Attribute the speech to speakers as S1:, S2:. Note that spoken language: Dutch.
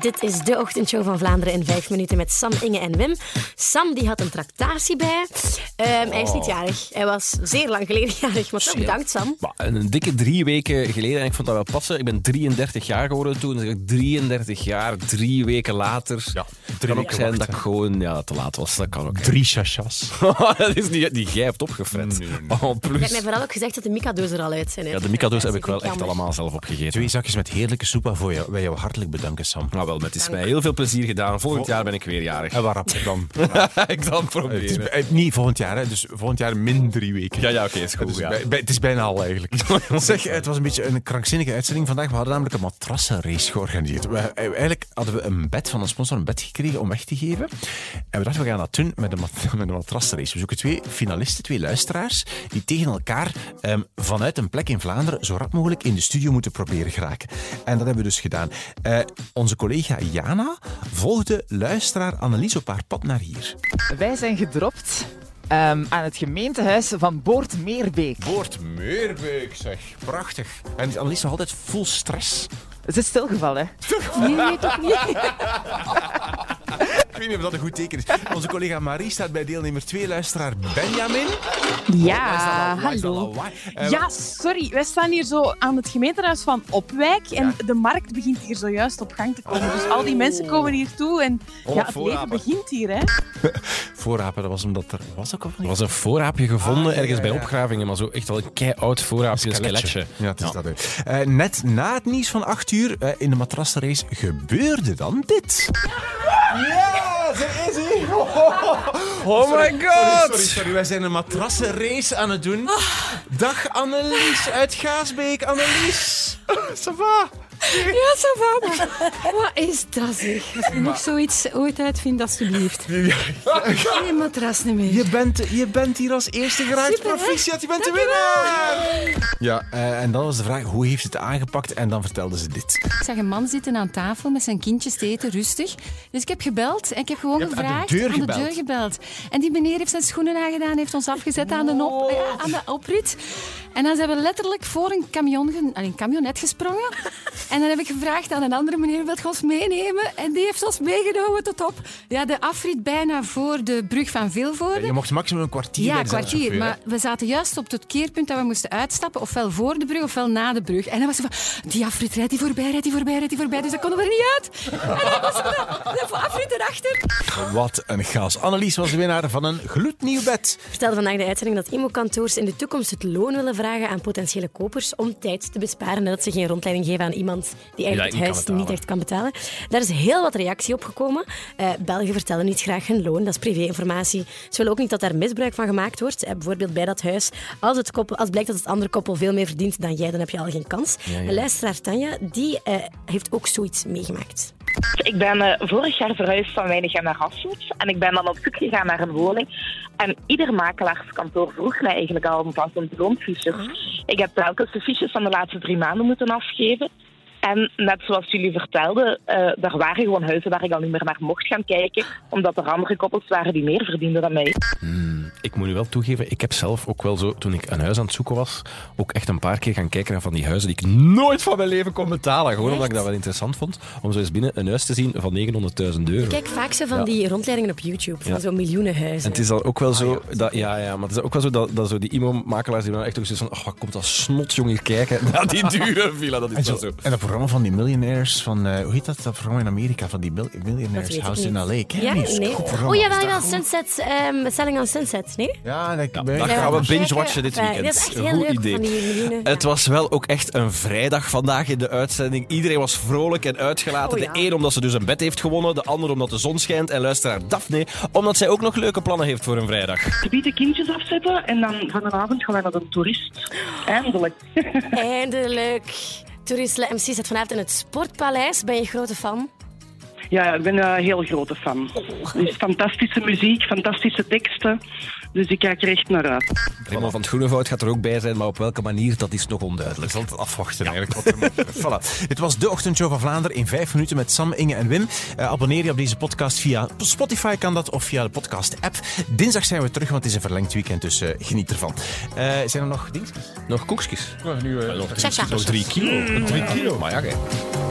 S1: Dit is de ochtendshow van Vlaanderen in vijf minuten met Sam, Inge en Wim. Sam die had een tractatie bij. Ehm, Hij
S2: Oh.
S1: is niet jarig. Hij was zeer lang geleden jarig, maar toch bedankt Sam.
S2: Maar een dikke drie weken geleden, en ik vond dat wel passen. Ik ben 33 jaar geworden toen. Dus ik 33 jaar, drie weken later.
S3: Ja, drie
S2: kan ook
S3: weken
S2: zijn dat
S3: wachten.
S2: ik gewoon ja, te laat was. Dat kan ook. hè.
S3: Drie chachas.
S2: dat is niet, die jij hebt opgefret.
S3: Nee,
S2: Oh,
S3: nee,
S1: Je hebt mij
S2: plus.
S1: vooral ook gezegd dat de Mikado's er al uit zijn. hè.
S2: Ja, de micado's heb
S1: Dat
S2: ik wel
S1: vind
S2: echt
S1: jammer.
S2: allemaal zelf opgegeten.
S3: Twee zakjes met heerlijke soepa voor jou. Wij jou hartelijk bedanken, Sam.
S2: Nou wel, het is mij heel veel plezier gedaan. Volgend jaar ben ik weer jarig.
S3: En waar rap dan?
S2: ik zal het
S3: Het is,
S2: proberen.
S3: bij- niet volgend jaar, hè. dus volgend jaar min drie weken.
S2: Ja, ja, oké, is goed,
S3: Het is,
S2: ja.
S3: bij- bij- het is bijna al eigenlijk. zeg, het was een beetje een krankzinnige uitzending vandaag. We hadden namelijk een matrassenrace georganiseerd. We, eh, eigenlijk hadden we een bed van een sponsor, een bed gekregen om weg te geven. En we dachten, we gaan dat doen met een, mat- met een matrassenrace. We zoeken twee finalisten, twee luisteraars, die tegen elkaar ehm, vanuit een plek in Vlaanderen zo rap mogelijk in de studio moeten proberen geraken. En dat hebben we dus gedaan. Eh, onze collega Jana volgde luisteraar Annelies op haar pad naar hier.
S4: Wij zijn gedropt ehm, aan het gemeentehuis van Boort Meerbeek.
S3: Boord Meerbeek, zeg. Prachtig. En die Annelies nog altijd vol stress.
S4: Het is stilgevallen.
S3: Ik weet niet of dat een goed teken is. Onze collega Marie staat bij deelnemer 2, luisteraar Benjamin.
S5: Ja,
S3: Waar is dat
S5: hallo.
S3: lawaai? Eh,
S5: Ja, sorry. Wij staan hier zo aan het gemeentehuis van Opwijk. En de markt begint hier zojuist op gang te komen. Dus al die mensen
S3: Oh.
S5: komen hier toe. En ja, het leven
S2: voorrapen.
S5: begint hier, hè.
S3: Voorrapen, dat was omdat er... Was ook al van
S2: Er
S3: die...
S2: was een voorraapje gevonden
S3: Ah, ja,
S2: ergens bij
S3: ja.
S2: opgravingen, maar zo echt al een kei-oud voorraapje, een skeletje.
S3: Ja, het is dat. hè. Eh, net na het nieuws van 8 uur eh, in de matrassenrace gebeurde dan dit. Ja, ze is hier. Oh, my god. Sorry, sorry, sorry. Wij zijn een matrassenrace aan het
S6: Ah.
S3: doen. Dag Annelies uit Gaasbeek. Annelies. Ça va?
S6: Ja, ça va, maar wat is dat zeg? Als je nog zoiets ooit uitvindt, alsjeblieft. Geen matras niet meer.
S3: Je bent, je bent hier als eerste geraakt.
S6: Super, hè?
S3: Proficiat, je bent de winnaar! Ja, eh, en dan was de vraag, hoe heeft het aangepakt? En dan vertelden ze dit.
S6: Ik zag een man zitten aan tafel met zijn kindjes te eten, rustig. Dus ik heb gebeld en ik heb gewoon
S3: Je hebt aan de
S6: gevraagd...
S3: deur gebeld.
S6: gebeld. En die meneer heeft zijn schoenen aangedaan, heeft ons afgezet aan de, op, ja, aan de oprit. En dan zijn we letterlijk voor een, camion, ge- allee, een camionet gesprongen. En dan heb ik gevraagd aan een andere meneer, wilt je ons meenemen? En die heeft ons meegenomen tot op ja, de afrit bijna voor de brug van Vilvoorde.
S3: Je mocht maximum een kwartier
S6: Ja,
S3: bij de
S6: kwartier.
S3: zelfchauffeur, hè?
S6: Maar we zaten juist op het keerpunt dat we moesten uitstappen. Ofwel voor de brug, ofwel na de brug. En dan was ze van, die afrit rijdt die voorbij, rijdt die voorbij. Dus dat konden we er niet uit. En dan was ze van, afrit erachter.
S3: Wat een chaos. Annelies was de winnaar van een gloednieuw bed.
S1: vertelde vandaag de uitzending dat IMO-kantoors in de toekomst het loon willen vragen aan potentiële kopers om tijd te besparen en dat ze geen rondleiding geven aan iemand die eigenlijk
S2: niet
S1: het
S2: kan
S1: huis
S2: betalen.
S1: niet echt kan betalen. Daar is heel wat reactie op gekomen. Eh, Belgen vertellen niet graag hun loon, dat is privéinformatie. Ze willen ook niet dat daar misbruik van gemaakt wordt. Eh, bijvoorbeeld bij dat huis. Als, het koppel, als blijkt dat het andere koppel veel meer verdient dan jij, dan heb je al geen kans. En luisteraar Tanja, die eh, heeft ook zoiets meegemaakt.
S7: Ik ben eh, vorig jaar verhuisd van Weinigem naar Hasselt. En ik ben dan op zoek gegaan naar een woning. En ieder makelaarskantoor vroeg mij eigenlijk al om vast een loonfiches. Ik heb telkens de fiches van de laatste drie maanden moeten afgeven. En net zoals jullie vertelden, eh er waren gewoon huizen waar ik al niet meer naar mocht gaan kijken. Omdat er andere koppels waren die meer verdienden dan mij.
S2: Ik moet nu wel toegeven, ik heb zelf ook wel zo, toen ik een huis aan het zoeken was, ook echt een paar keer gaan kijken naar van die huizen die ik nooit van mijn leven kon betalen. Gewoon omdat ik dat wel interessant vond, om zo eens binnen een huis te zien van 900.000 euro.
S1: Kijk vaak zo van
S2: Ja.
S1: die rondleidingen op YouTube, van
S2: Ja.
S1: zo'n miljoenen
S2: En
S1: huizen.
S2: het is dan ook
S1: Ah,
S2: wel zo, dat, ja, ja, maar het is ook wel zo dat, dat zo die IMO-makelaars die dan echt ook zoiets van, ach, wat komt dat snot, jongen, kijken naar die dure villa, dat
S3: En,
S2: is
S3: zo,
S2: wel zo.
S3: en dat programma van die millionaires van... eh, hoe heet dat, dat programma in Amerika? Van die mil-
S1: Dat
S3: Millionaires
S1: weet ik
S3: House in
S1: niet.
S3: LA. Ken je
S1: Ja,
S3: niet? Dat is een
S1: nee.
S3: goed
S1: Oh,
S3: programma.
S1: jawel, wel Sunset, ehm, Selling on Sunset, nee?
S3: Ja, dat,
S2: Ja,
S3: ben-
S2: daar
S1: Ja,
S2: gaan we
S1: kijken.
S2: binge-watchen dit
S1: Ja,
S2: weekend.
S1: dat is echt heel
S2: Goed
S1: leuk van
S2: idee.
S1: die miljoenen, ja.
S2: Het was wel ook echt een vrijdag vandaag in de uitzending. Iedereen was vrolijk en uitgelaten.
S1: Oh ja.
S2: De een omdat ze dus een bed heeft gewonnen, de ander omdat de zon schijnt. En luisteraar Daphne omdat zij ook nog leuke plannen heeft voor een vrijdag.
S7: Ze bieden kindjes afzetten en dan van de avond gaan we naar een toerist. Eindelijk.
S1: Eindelijk. Toerist MC zit vanavond in het Sportpaleis. Ben je grote fan?
S7: Ja, ik ben eh, een heel grote fan. Dus fantastische muziek, fantastische teksten. Dus ik kijk er echt naar uit.
S2: Raymond van het Groenevoud gaat er ook bij zijn, maar op welke manier, dat is nog onduidelijk.
S3: zal het afwachten eigenlijk. Wat er moet gebeuren. voilà. Dit was de ochtendshow van Vlaanderen in vijf minuten met Sam, Inge en Wim. Eh, abonneer je op deze podcast via Spotify kan dat of via de podcast-app. Dinsdag zijn we terug, want het is een verlengd weekend, dus eh, geniet ervan. Eh, zijn er nog dingetjes?
S2: Nog koekjes?
S3: Nu,
S2: Nog drie kilo. Drie kilo? Maar ja, kijk.